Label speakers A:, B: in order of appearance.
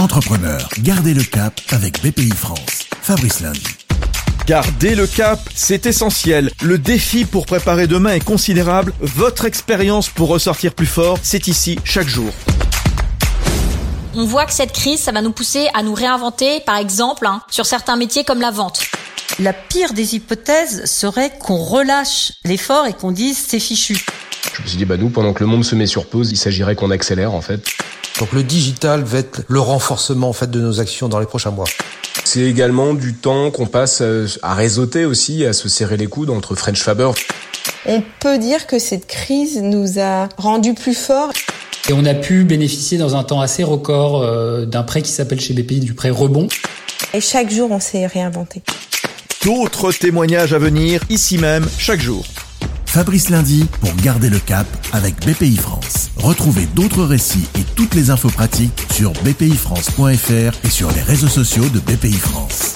A: Entrepreneur, gardez le cap avec BPI France. Fabrice Lundi.
B: Gardez le cap, c'est essentiel. Le défi pour préparer demain est considérable. Votre expérience pour ressortir plus fort, c'est ici chaque jour.
C: On voit que cette crise, ça va nous pousser à nous réinventer, par exemple, hein, sur certains métiers comme la vente.
D: La pire des hypothèses serait qu'on relâche l'effort et qu'on dise c'est fichu.
E: Je me suis dit, bah nous, pendant que le monde se met sur pause, il s'agirait qu'on accélère en fait.
F: Donc le digital va être le renforcement en fait de nos actions dans les prochains mois.
E: C'est également du temps qu'on passe euh, à réseauter aussi, à se serrer les coudes entre French Faber.
G: On peut dire que cette crise nous a rendus plus forts.
H: Et on a pu bénéficier dans un temps assez record euh, d'un prêt qui s'appelle chez BPI du prêt rebond.
G: Et chaque jour, on s'est réinventé.
B: D'autres témoignages à venir, ici même, chaque jour.
A: Fabrice Lundi pour garder le cap avec BPI France. Retrouvez d'autres récits et toutes les infos pratiques sur bpifrance.fr et sur les réseaux sociaux de BPI France.